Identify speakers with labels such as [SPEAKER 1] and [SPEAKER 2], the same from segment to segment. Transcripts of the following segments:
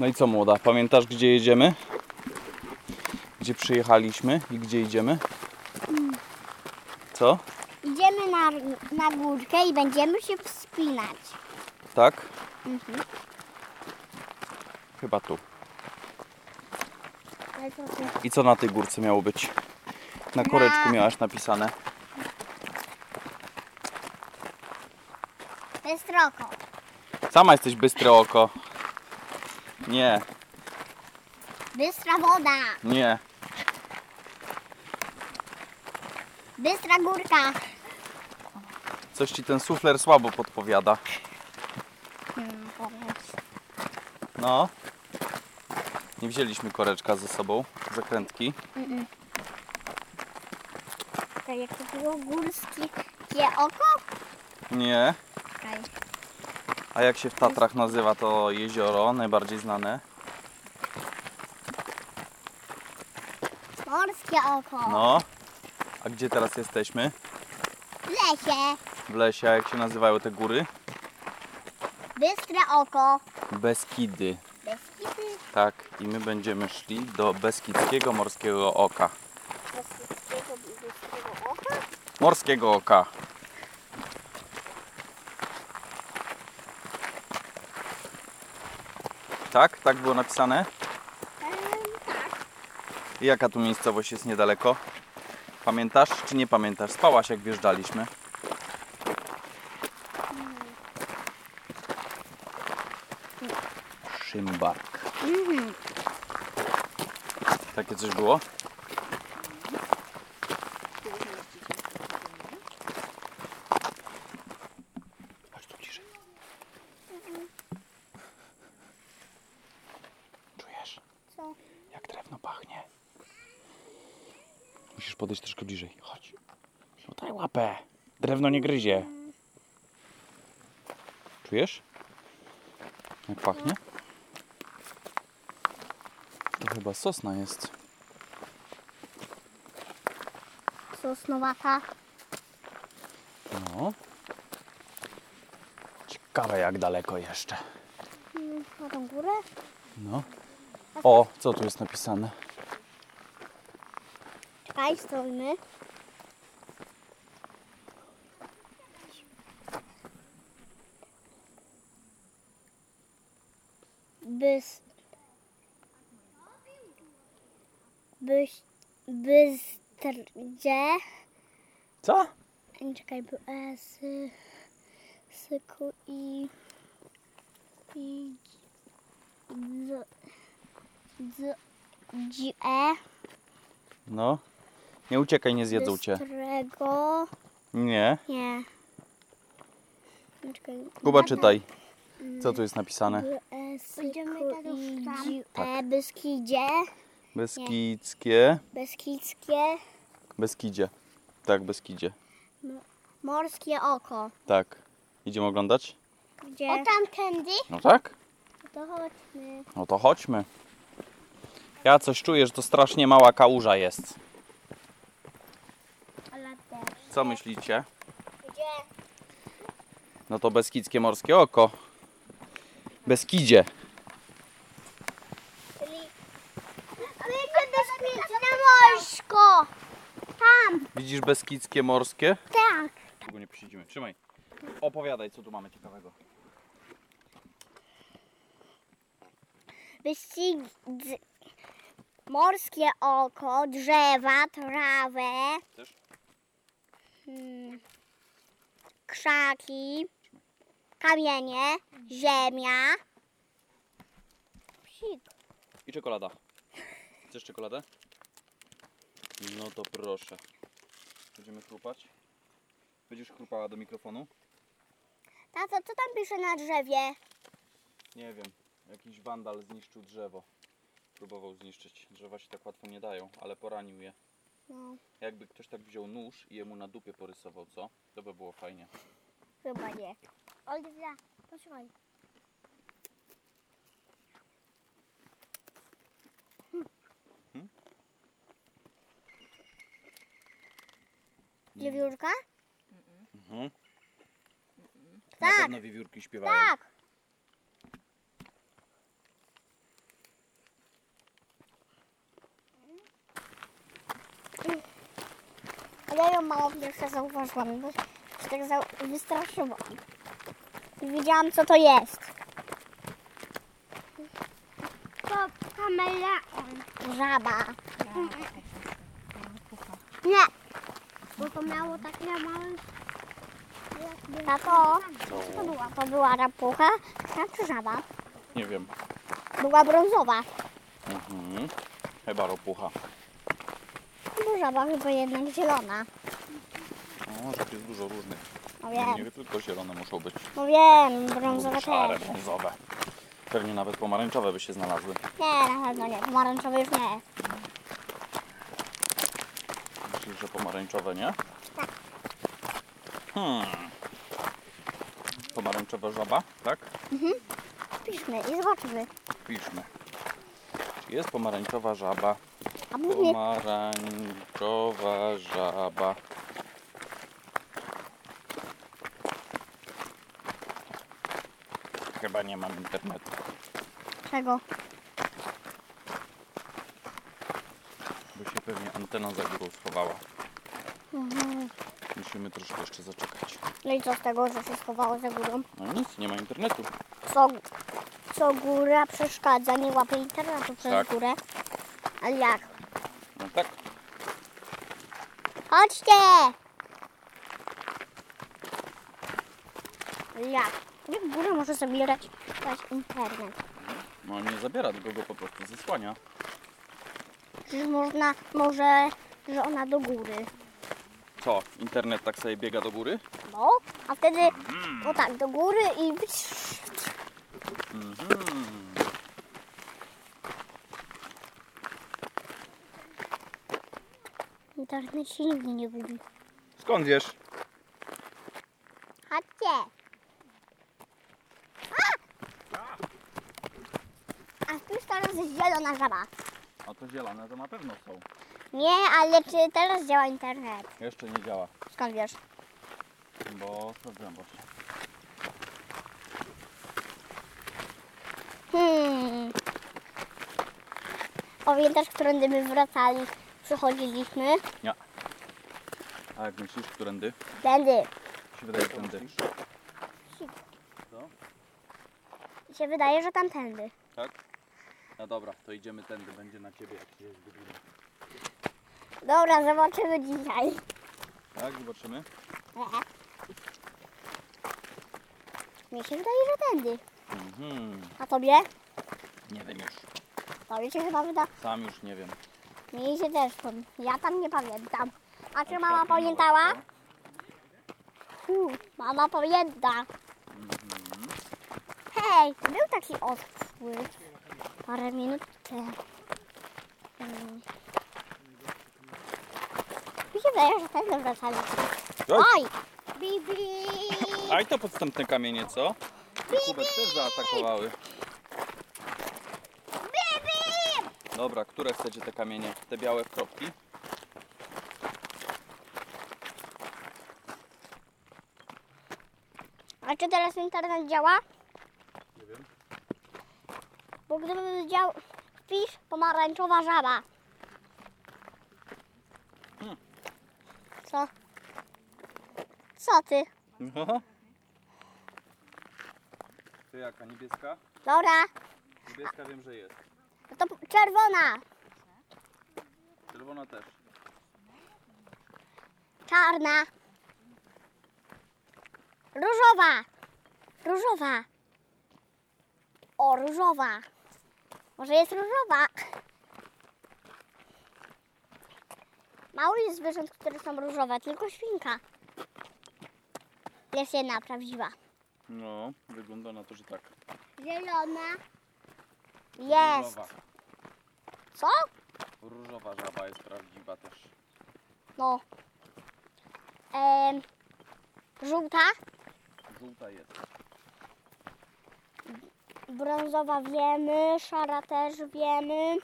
[SPEAKER 1] No i co młoda, pamiętasz gdzie jedziemy? Gdzie przyjechaliśmy i gdzie idziemy? Co?
[SPEAKER 2] Idziemy na, na górkę i będziemy się wspinać.
[SPEAKER 1] Tak? Chyba tu. I co na tej górce miało być? Na koreczku
[SPEAKER 2] Na-
[SPEAKER 1] miałaś napisane.
[SPEAKER 2] To jest roko.
[SPEAKER 1] Sama jesteś bystre oko. Nie,
[SPEAKER 2] Bystra woda,
[SPEAKER 1] nie.
[SPEAKER 2] bystra górka.
[SPEAKER 1] Coś ci ten sufler słabo podpowiada.
[SPEAKER 2] Hmm,
[SPEAKER 1] No. Nie wzięliśmy koreczka ze sobą, zakrętki.
[SPEAKER 2] To Tak jak to było górskie gdzie oko?
[SPEAKER 1] Nie.
[SPEAKER 2] Czekaj.
[SPEAKER 1] A jak się w Tatrach nazywa to jezioro, najbardziej znane?
[SPEAKER 2] Morskie oko.
[SPEAKER 1] No. A gdzie teraz jesteśmy?
[SPEAKER 2] W lesie,
[SPEAKER 1] W lesie, a jak się nazywają te góry?
[SPEAKER 2] bystre oko.
[SPEAKER 1] Beskidy.
[SPEAKER 2] Beskidy.
[SPEAKER 1] Tak, i my będziemy szli do Beskidzkiego Morskiego Oka.
[SPEAKER 2] Beskidzkiego, beskiego oka?
[SPEAKER 1] Morskiego Oka. Tak? Tak było napisane?
[SPEAKER 2] Em, tak.
[SPEAKER 1] I Jaka tu miejscowość jest niedaleko? Pamiętasz czy nie pamiętasz? Spałaś jak wjeżdżaliśmy. Szymbark.
[SPEAKER 2] Mhm.
[SPEAKER 1] Takie coś było? Chodź tu bliżej. Czujesz?
[SPEAKER 2] Co?
[SPEAKER 1] Jak drewno pachnie. Musisz podejść troszkę bliżej. Chodź. No daj łapę. Drewno nie gryzie. Czujesz? Jak pachnie? To chyba sosna jest.
[SPEAKER 2] Sosnowata.
[SPEAKER 1] No. Ciekawe jak daleko jeszcze.
[SPEAKER 2] Mm, Na tą górę?
[SPEAKER 1] No. O, co tu jest napisane?
[SPEAKER 2] Czekaj, stoimy. Bys... Byś... Bystrdzie...
[SPEAKER 1] Co?
[SPEAKER 2] Czekaj, by S... Syku i... I... Z... Z... G... E...
[SPEAKER 1] No. Nie uciekaj, nie zjedzą cię.
[SPEAKER 2] Bystrego...
[SPEAKER 1] Nie.
[SPEAKER 2] Nie. No, Czekaj.
[SPEAKER 1] Kuba, czytaj. Co tu jest napisane?
[SPEAKER 2] Będziemy
[SPEAKER 3] tam.
[SPEAKER 2] E, Beskidzie,
[SPEAKER 1] Beskidzkie.
[SPEAKER 2] Beskidzkie,
[SPEAKER 1] Beskidzie. Tak, Beskidzie.
[SPEAKER 2] Morskie Oko.
[SPEAKER 1] Tak. Idziemy oglądać?
[SPEAKER 2] Gdzie...
[SPEAKER 3] O tamtędy?
[SPEAKER 1] No tak.
[SPEAKER 2] to chodźmy.
[SPEAKER 1] No to chodźmy. Ja coś czuję, że to strasznie mała kałuża jest.
[SPEAKER 2] Ale
[SPEAKER 1] Co myślicie?
[SPEAKER 2] Gdzie?
[SPEAKER 1] No to Beskidzkie Morskie Oko. Beskidzie.
[SPEAKER 2] Czyli... Ale jak to śmieci na morsko? Tam,
[SPEAKER 1] Widzisz Beskidzkie Morskie?
[SPEAKER 2] tak.
[SPEAKER 1] Długo nie posiedzimy. Trzymaj. Opowiadaj, co tu mamy ciekawego.
[SPEAKER 2] Wyścig... Morskie Oko, drzewa, trawę,
[SPEAKER 1] Chcesz?
[SPEAKER 2] mm, krzaki, kamienie, ziemia. Psik.
[SPEAKER 1] I czekolada. Chcesz czekoladę? No to proszę. Będziemy chrupać. Będziesz chrupała do mikrofonu?
[SPEAKER 2] Tato, co tam pisze na drzewie?
[SPEAKER 1] Nie wiem. Jakiś wandal zniszczył drzewo. Próbował zniszczyć. Drzewa się tak łatwo nie dają, ale poranił je.
[SPEAKER 2] No,
[SPEAKER 1] Jakby ktoś tak wziął nóż i jemu na dupie porysował, co? To by było fajnie.
[SPEAKER 2] chyba nie. Oliwia, posłuchaj. Dziewiórka?
[SPEAKER 1] Mhm. Na
[SPEAKER 2] Tak.
[SPEAKER 1] pewno wiewiórki śpiewają.
[SPEAKER 2] Tak. Tak. Ja ją mało pierwsza zauważyłam, bo się tak za- wystraszyłam. I wiedziałam, co to jest.
[SPEAKER 3] To kameleon.
[SPEAKER 2] Żaba.
[SPEAKER 3] Nie. Bo to miało
[SPEAKER 2] tak,
[SPEAKER 3] takie małe... jakby-
[SPEAKER 2] Tato,
[SPEAKER 1] No,
[SPEAKER 2] co to była? To była rapucha, tak czy żaba?
[SPEAKER 1] nie wiem.
[SPEAKER 2] Była brązowa.
[SPEAKER 1] Mhm. Chyba ropucha.
[SPEAKER 2] Bo No, żaba chyba jednak zielona.
[SPEAKER 1] No, rzeczy jest dużo różnych.
[SPEAKER 2] No
[SPEAKER 1] Nie
[SPEAKER 2] wiem,
[SPEAKER 1] wiem, tylko zielone muszą być.
[SPEAKER 2] no wiem,
[SPEAKER 1] Albo
[SPEAKER 2] brązowe
[SPEAKER 1] Szare,
[SPEAKER 2] też.
[SPEAKER 1] brązowe. Pewnie nawet pomarańczowe by się znalazły.
[SPEAKER 2] Nie, na pewno nie, pomarańczowe już nie.
[SPEAKER 1] Myślisz, że pomarańczowe, nie?
[SPEAKER 2] Tak.
[SPEAKER 1] Hmm. Pomarańczowa żaba, tak?
[SPEAKER 2] Piszmy i zobaczmy.
[SPEAKER 1] Piszmy. Czy jest pomarańczowa żaba?
[SPEAKER 2] A mówię,
[SPEAKER 1] Pomarańczowa żaba. Chyba nie mam internetu.
[SPEAKER 2] czego?
[SPEAKER 1] Bo się pewnie antena za górą schowała.
[SPEAKER 2] Mhm.
[SPEAKER 1] Musimy troszkę jeszcze zaczekać.
[SPEAKER 2] No i co z tego, że się schowało za górą?
[SPEAKER 1] No nic, nie ma internetu.
[SPEAKER 2] Co, co góra przeszkadza, nie łapie internetu przez
[SPEAKER 1] Tak.
[SPEAKER 2] górę. Ale jak?
[SPEAKER 1] No tak,
[SPEAKER 2] Chodźcie! Jak? Jak góra może zabierać dać internet?
[SPEAKER 1] no nie zabiera, tylko go po prostu zasłania.
[SPEAKER 2] Przecież można, może, że ona do góry.
[SPEAKER 1] Co, internet tak sobie biega do góry?
[SPEAKER 2] No, a wtedy, o tak, do góry i...
[SPEAKER 1] Mhm.
[SPEAKER 2] Internet się nigdy nie gubi.
[SPEAKER 1] Skąd wiesz?
[SPEAKER 2] Chodźcie! A! A tu już teraz jest zielona żaba.
[SPEAKER 1] A to zielone to na pewno są.
[SPEAKER 2] Nie, ale czy teraz działa internet?
[SPEAKER 1] Jeszcze nie działa,
[SPEAKER 2] Skąd wiesz?
[SPEAKER 1] bo sprawdzam właśnie.
[SPEAKER 2] Hmm. Pamiętasz, którędy my wracali, przychodziliśmy?
[SPEAKER 1] A jak myślisz, którędy?
[SPEAKER 2] Tędy.
[SPEAKER 1] Mi się wydaje, że tędy.
[SPEAKER 2] Mi się wydaje, że tamtędy.
[SPEAKER 1] Tak? No dobra, to idziemy tędy, będzie na ciebie jak się zgubimy.
[SPEAKER 2] Dobra, zobaczymy dzisiaj.
[SPEAKER 1] Tak, zobaczymy.
[SPEAKER 2] Mi się wydaje, że tędy.
[SPEAKER 1] Mhm.
[SPEAKER 2] A tobie?
[SPEAKER 1] Nie wiem już.
[SPEAKER 2] Tobie się chyba wyda.
[SPEAKER 1] Sam już nie wiem.
[SPEAKER 2] Mi się też tam. Ja tam nie pamiętam. A czy mama pamiętała? U, mama pamięta. Hej, był taki odpływ parę minut temu. Mm. Mi się wydaje, że tędy wracali.
[SPEAKER 1] Oj.
[SPEAKER 2] Oj!
[SPEAKER 3] Bibi!
[SPEAKER 1] no. A i to podstępne kamienie, co? Kubek też zaatakowały. Dobra, które chcecie te kamienie? Te białe w kropki?
[SPEAKER 2] A czy teraz internet działa?
[SPEAKER 1] Nie wiem.
[SPEAKER 2] Bo gdybym dział... Wpisz pomarańczowa żaba.
[SPEAKER 1] Hmm.
[SPEAKER 2] Co? Co ty?
[SPEAKER 1] No. To jaka? Niebieska?
[SPEAKER 2] Dobra,
[SPEAKER 1] Niebieska wiem, że jest.
[SPEAKER 2] no to p- czerwona,
[SPEAKER 1] Czerwona też.
[SPEAKER 2] czarna, różowa, różowa. O, różowa. Może jest różowa. Mało jest zwierząt, które są różowe, tylko świnka. Jest jedna prawdziwa.
[SPEAKER 1] No, wygląda na to, że tak.
[SPEAKER 3] Zielona.
[SPEAKER 2] Jest.
[SPEAKER 1] Różowa.
[SPEAKER 2] Co?
[SPEAKER 1] Różowa żaba jest prawdziwa też.
[SPEAKER 2] No. Em, żółta,
[SPEAKER 1] Żółta jest.
[SPEAKER 2] brązowa wiemy, szara też wiemy.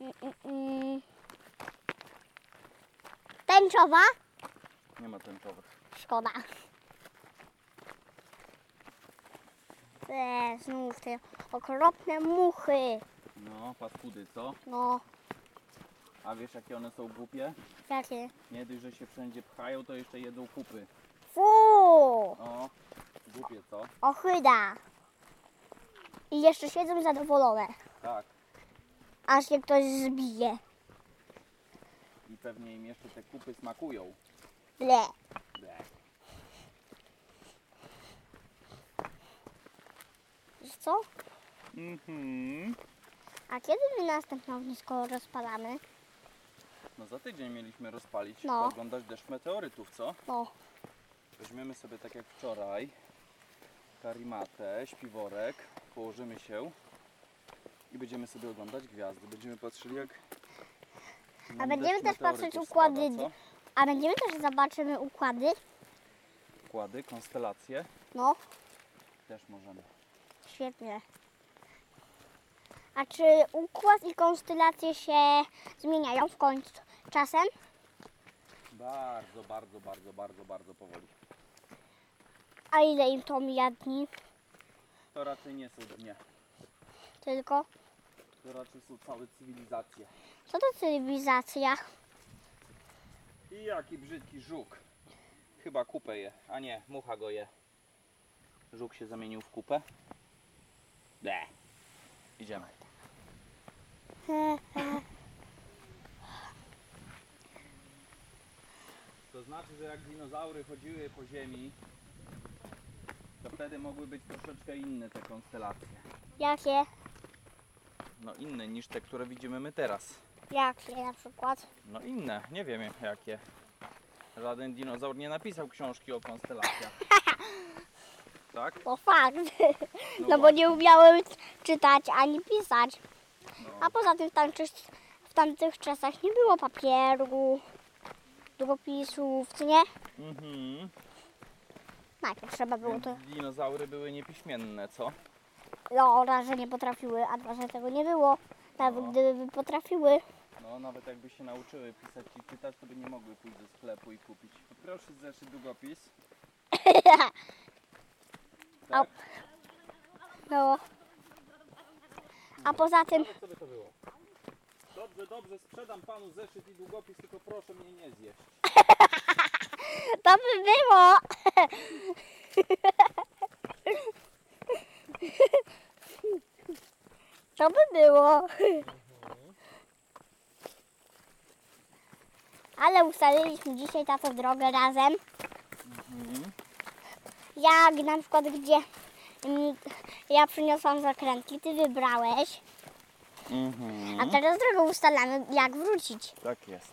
[SPEAKER 2] Mm, mm, mm. Tęczowa?
[SPEAKER 1] Nie ma tęczowych.
[SPEAKER 2] Szkoda. Te, E, znów te okropne muchy.
[SPEAKER 1] No, paskudy, co?
[SPEAKER 2] No,
[SPEAKER 1] A wiesz jakie one są głupie?
[SPEAKER 2] Jakie?
[SPEAKER 1] Nie dość, że się wszędzie pchają, to jeszcze jedzą kupy.
[SPEAKER 2] Fuu!
[SPEAKER 1] O, głupie co?
[SPEAKER 2] Ochyda! I jeszcze siedzą zadowolone,
[SPEAKER 1] Tak.
[SPEAKER 2] aż je ktoś zbije.
[SPEAKER 1] I pewnie im jeszcze te kupy smakują.
[SPEAKER 2] Ble.
[SPEAKER 1] Ble.
[SPEAKER 2] Wiesz co?
[SPEAKER 1] Mhm.
[SPEAKER 2] A kiedy my następne ognisko rozpalamy?
[SPEAKER 1] No za tydzień mieliśmy rozpalić,
[SPEAKER 2] No.
[SPEAKER 1] oglądać deszcz meteorytów, co?
[SPEAKER 2] No,
[SPEAKER 1] Weźmiemy sobie tak jak wczoraj karimatę, śpiworek, położymy się i będziemy sobie oglądać gwiazdy. Będziemy patrzyli jak. nam
[SPEAKER 2] A
[SPEAKER 1] deszcz
[SPEAKER 2] będziemy
[SPEAKER 1] meteorytów
[SPEAKER 2] też patrzeć
[SPEAKER 1] spada,
[SPEAKER 2] układy-
[SPEAKER 1] co?
[SPEAKER 2] a będziemy też zobaczymy układy?
[SPEAKER 1] Układy, konstelacje
[SPEAKER 2] No,
[SPEAKER 1] też możemy.
[SPEAKER 2] świetnie. A czy układ i konstelacje się zmieniają w końcu czasem?
[SPEAKER 1] Bardzo, bardzo, bardzo, bardzo, bardzo powoli.
[SPEAKER 2] A ile im to mija dni?
[SPEAKER 1] To raczej nie są dnie,
[SPEAKER 2] Tylko?
[SPEAKER 1] to raczej są całe cywilizacje.
[SPEAKER 2] Co to cywilizacja?
[SPEAKER 1] I jaki brzydki żuk. Chyba kupę je, a nie, mucha go je. Żuk się zamienił w kupę. De. Idziemy. To znaczy, że jak dinozaury chodziły po ziemi, to wtedy mogły być troszeczkę inne te konstelacje.
[SPEAKER 2] Jakie?
[SPEAKER 1] No inne niż te, które widzimy my teraz.
[SPEAKER 2] Jakie na przykład?
[SPEAKER 1] No inne, nie wiem jakie. Żaden dinozaur nie napisał książki o konstelacjach. Tak?
[SPEAKER 2] To fakt. No, bo
[SPEAKER 1] właśnie.
[SPEAKER 2] nie umiałem czytać ani pisać.
[SPEAKER 1] No.
[SPEAKER 2] A poza tym w, tamtych, w tamtych czasach nie było papieru, długopisów, co nie?
[SPEAKER 1] Mhm.
[SPEAKER 2] Najpierw trzeba było to...
[SPEAKER 1] Więc Dinozaury były niepiśmienne, co?
[SPEAKER 2] No, raz, że nie potrafiły, a dwa, że tego nie było. Nawet
[SPEAKER 1] No.
[SPEAKER 2] gdyby potrafiły.
[SPEAKER 1] No nawet jakby się nauczyły pisać i czytać, to by nie mogły pójść do sklepu i kupić. No Proszę zeszyt długopis.
[SPEAKER 2] Au.
[SPEAKER 1] Tak,
[SPEAKER 2] No. A poza tym,
[SPEAKER 1] nawet co by to było? Dobrze, dobrze, sprzedam panu zeszyt i długopis, tylko proszę mnie nie zjeść.
[SPEAKER 2] to by było. To by było. Ale ustaliliśmy dzisiaj tato drogę razem. Jak na przykład gdzie mm, ja przyniosłam zakrętki, ty wybrałeś,
[SPEAKER 1] Mhm.
[SPEAKER 2] a teraz drogę ustalamy jak wrócić.
[SPEAKER 1] Tak jest.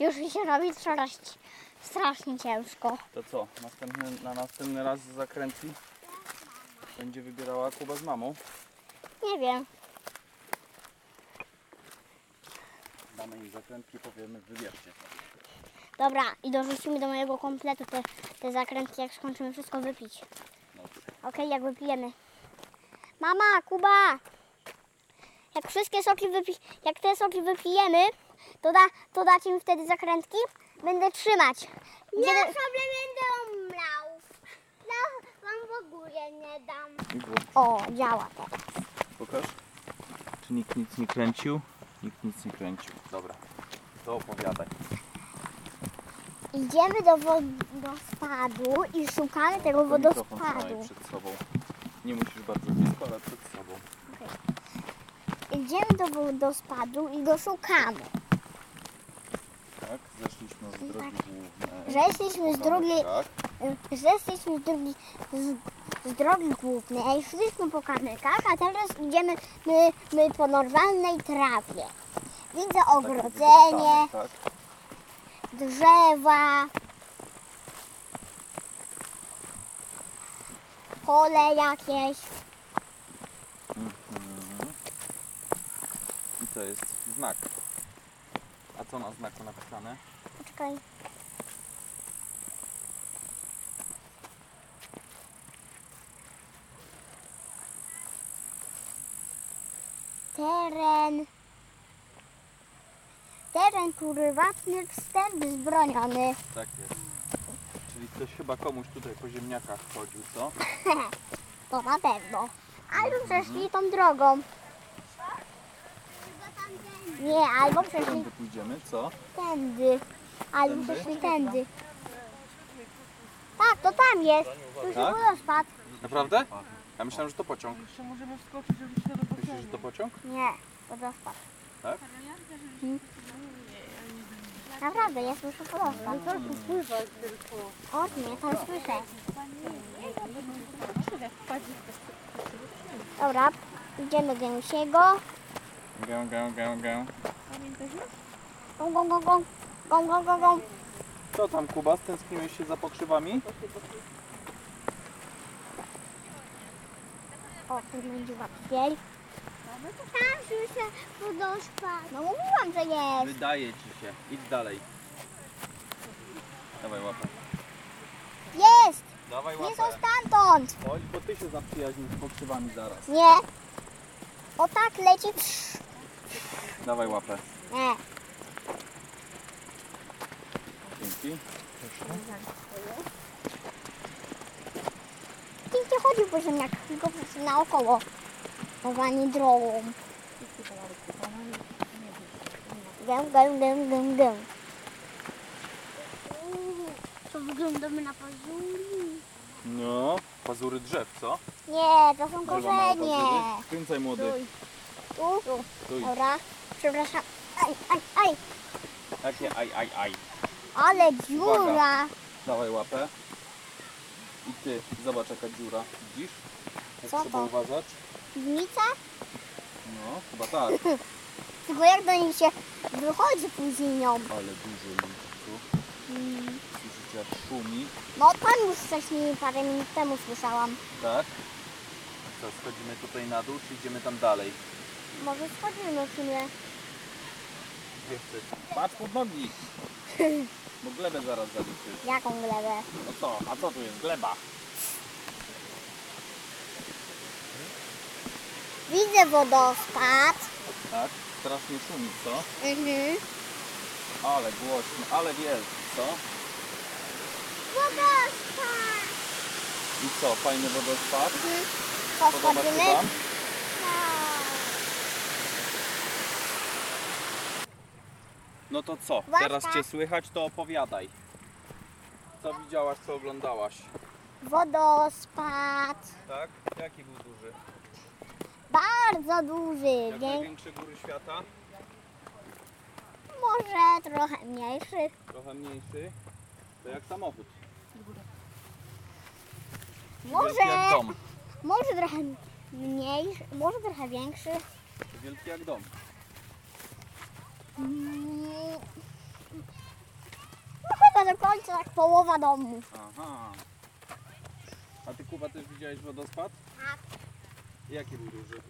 [SPEAKER 2] Już mi się robi coraz ci- strasznie ciężko.
[SPEAKER 1] To co, następny, na następny raz z zakrętki będzie wybierała Kuba z mamą?
[SPEAKER 2] Nie wiem.
[SPEAKER 1] Damy im zakrętki, powiemy, wybierzcie sobie.
[SPEAKER 2] Dobra, i dorzucimy do mojego kompletu te, te zakrętki, jak skończymy wszystko wypić.
[SPEAKER 1] Dobrze.
[SPEAKER 2] Okej, jak wypijemy. Mama, Kuba! Jak wszystkie soki wypi... Jak te soki wypijemy, to, da, to dacie mi wtedy zakrętki? Będę trzymać.
[SPEAKER 3] Ja
[SPEAKER 2] Kiedy...
[SPEAKER 3] sobie będę umlał. Ja wam w ogóle nie dam.
[SPEAKER 1] Igu,
[SPEAKER 2] O, działa teraz.
[SPEAKER 1] pokaż. Czy nikt nic nie kręcił? Nikt nic nie kręcił. Dobra, to opowiadaj.
[SPEAKER 2] Idziemy do wodospadu i szukamy tego
[SPEAKER 1] To mikrofon trzymaj
[SPEAKER 2] wodospadu.
[SPEAKER 1] przed sobą. Nie musisz bardzo blisko, ale przed sobą.
[SPEAKER 2] Idziemy do wodospadu i go szukamy.
[SPEAKER 1] Tak, zeszliśmy z drogi głównej.
[SPEAKER 2] Zeszliśmy z drugiej
[SPEAKER 1] Tak,
[SPEAKER 2] Zeszliśmy z drogi, z, z drogi głównej, szliśmy po kamykach, a teraz idziemy my, my po normalnej trawie. Widzę
[SPEAKER 1] takie
[SPEAKER 2] ogrodzenie,
[SPEAKER 1] wydeptane, Tak,
[SPEAKER 2] drzewa, pole jakieś.
[SPEAKER 1] i to jest znak. A co na znaku napisane?
[SPEAKER 2] Poczekaj. Teren. Teren prywatny, wstęp zbroniony.
[SPEAKER 1] Tak jest. Czyli ktoś chyba komuś tutaj po ziemniakach chodził, co?
[SPEAKER 2] To na pewno. Ale przeszli tą drogą.
[SPEAKER 3] Tylko tam
[SPEAKER 2] Nie, albo przeszli
[SPEAKER 1] Tędy pójdziemy, co?
[SPEAKER 2] tędy. Albo
[SPEAKER 1] Tędy?
[SPEAKER 2] przeszli tędy. Tak, to tam jest. Tu się
[SPEAKER 1] Tak?
[SPEAKER 2] wodospad.
[SPEAKER 1] Naprawdę? Ja myślałem, że to pociąg.
[SPEAKER 4] Jeszcze możemy wskoczyć oczywiście do
[SPEAKER 1] Myślisz, że
[SPEAKER 4] pociągu.
[SPEAKER 1] to pociąg?
[SPEAKER 2] Nie, wodospad.
[SPEAKER 1] Tak?
[SPEAKER 2] Mhm. Naprawdę, ja słyszę wodospad.
[SPEAKER 4] Tak, tu pływa tylko.
[SPEAKER 2] O, nie, tam słyszę. Dobra, idziemy do Gęsiego.
[SPEAKER 1] Gę, gę, gę, gę.
[SPEAKER 2] Gą, gą, gą, gą. Gą, gą, gą, gą.
[SPEAKER 1] Co tam, Kuba? Stęskniłeś się za pokrzywami?
[SPEAKER 2] O, tu będzie łapkiel.
[SPEAKER 3] Tam słyszę wodospad.
[SPEAKER 2] No mówiłam, że jest.
[SPEAKER 1] Wydaje ci się. Idź dalej. Dawaj łapę.
[SPEAKER 2] Jest!
[SPEAKER 1] Dawaj
[SPEAKER 2] Nie są stamtąd!
[SPEAKER 1] Chodź, bo ty się zaprzyjaźnisz z pokrzywami zaraz.
[SPEAKER 2] Nie. O tak leci.
[SPEAKER 1] Dawaj łapę.
[SPEAKER 2] Nie.
[SPEAKER 1] Dzięki.
[SPEAKER 2] Ty nie chodził po ziemniakach, tylko po prostu naokoło. Nowa nie drogą. Gę, gę, gę, gę, gę.
[SPEAKER 3] To wyglądamy na pazury.
[SPEAKER 1] No, pazury drzew, co?
[SPEAKER 2] Nie, to są
[SPEAKER 1] Drzewa mają
[SPEAKER 2] korzenie.
[SPEAKER 1] pazury. Kręcaj młody.
[SPEAKER 2] Tu? tu.
[SPEAKER 1] Tuj.
[SPEAKER 2] Dobra. Przepraszam. Aj, aj, aj.
[SPEAKER 1] Tak nie, aj, aj, aj.
[SPEAKER 2] Ale dziura.
[SPEAKER 1] Dawaj łapę. I ty, zobacz jaka dziura. Widzisz? Jak
[SPEAKER 2] Co
[SPEAKER 1] trzeba
[SPEAKER 2] to?
[SPEAKER 1] uważać.
[SPEAKER 2] Piwnica?
[SPEAKER 1] No, chyba tak.
[SPEAKER 2] Tylko jak do niej się wychodzi później nią.
[SPEAKER 1] Ale dużo ludzi tu. Słyszycie jak szumi.
[SPEAKER 2] No tam już wcześniej parę minut temu słyszałam.
[SPEAKER 1] Tak. Co, schodzimy tutaj na dół, czy idziemy tam dalej?
[SPEAKER 2] Może schodzimy w sumie.
[SPEAKER 1] Gdzie chcesz? Patrz pod nogi. Bo glebę zaraz zaliczysz.
[SPEAKER 2] Jaką glebę?
[SPEAKER 1] No co? A co tu jest? Gleba.
[SPEAKER 2] Widzę wodospad.
[SPEAKER 1] Tak? Strasznie szumi, co?
[SPEAKER 2] Mhm.
[SPEAKER 1] Ale głośno, ale wielki, co?
[SPEAKER 2] Wodospad.
[SPEAKER 1] I co? Fajny wodospad? Podoba się
[SPEAKER 2] Podchodzimy.
[SPEAKER 1] wam?
[SPEAKER 2] Tak.
[SPEAKER 1] No to co?
[SPEAKER 2] Łaska.
[SPEAKER 1] Teraz cię słychać, to opowiadaj. Co widziałaś, co oglądałaś?
[SPEAKER 2] Wodospad.
[SPEAKER 1] Tak? Jaki był duży?
[SPEAKER 2] Bardzo duży.
[SPEAKER 1] Jak
[SPEAKER 2] Więc
[SPEAKER 1] największe góry świata?
[SPEAKER 2] może trochę mniejszy.
[SPEAKER 1] Trochę mniejszy? To jak samochód. Wielki jak
[SPEAKER 2] Może,
[SPEAKER 1] dom.
[SPEAKER 2] może trochę mniejszy. Może trochę większy.
[SPEAKER 1] Wielki jak dom.
[SPEAKER 2] Mm. No chyba do końca tak połowa domu.
[SPEAKER 1] Aha. A ty Kuba też widziałeś wodospad?
[SPEAKER 2] Tak.
[SPEAKER 1] Jaki był duży?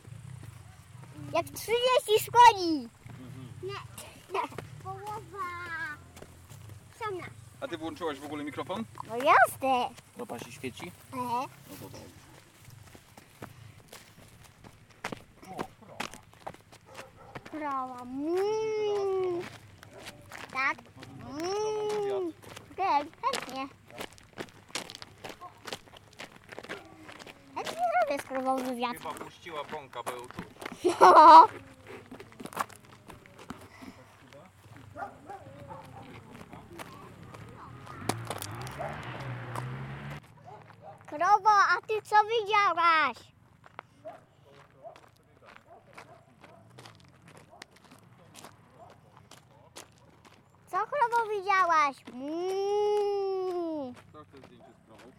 [SPEAKER 2] Jak 30 szkoli.
[SPEAKER 1] Mhm.
[SPEAKER 3] Połowa. Sama.
[SPEAKER 1] A ty włączyłaś w ogóle mikrofon?
[SPEAKER 2] No jasne.
[SPEAKER 1] Ropa się świeci.
[SPEAKER 2] E,
[SPEAKER 1] No to dobrze.
[SPEAKER 2] krowa. Mm. Tak. Mm. Tak, chętnie. Chętnie zrobię z krową wywiad.
[SPEAKER 1] Chyba puściła bąka, bo ją tu.
[SPEAKER 2] Krowo, a ty co widziałaś? Co krowo widziałaś? Mm.
[SPEAKER 1] Kto chce Tak, zdjęcie z krową?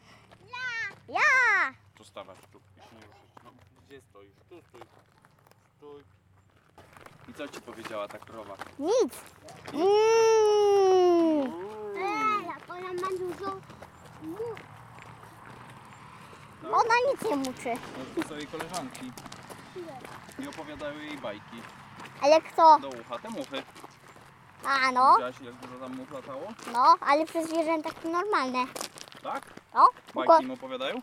[SPEAKER 2] Ja!
[SPEAKER 1] Tu stawać, tu. I się nie ruszać. No, gdzie stoisz? Tu stój. Stój. I co ci powiedziała ta krowa?
[SPEAKER 2] Nic. Mm.
[SPEAKER 3] Ela, ona ma dużo mu.
[SPEAKER 2] Ona nic nie muczy.
[SPEAKER 1] No, to jej koleżanki. I opowiadały jej bajki.
[SPEAKER 2] Ale kto?
[SPEAKER 1] Do ucha te muchy.
[SPEAKER 2] A no,
[SPEAKER 1] Widziałaś jak dużo tam much latało?
[SPEAKER 2] no, ale przy zwierzętach to normalne.
[SPEAKER 1] Tak?
[SPEAKER 2] No, u, ko-
[SPEAKER 1] Bajki im opowiadają?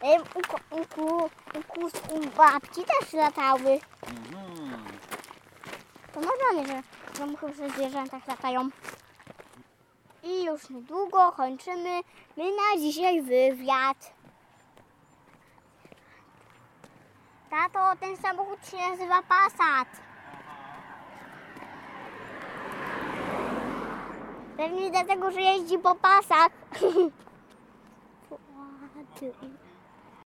[SPEAKER 2] em, u, ko- u, ku- u, kus- u babci też latały.
[SPEAKER 1] Mhm.
[SPEAKER 2] To normalne, że, że muchy przy zwierzętach latają. I już niedługo kończymy my na dzisiaj wywiad. Tato, ten samochód się nazywa Passat. Pewnie dlatego, że jeździ po pasach. Ładnie.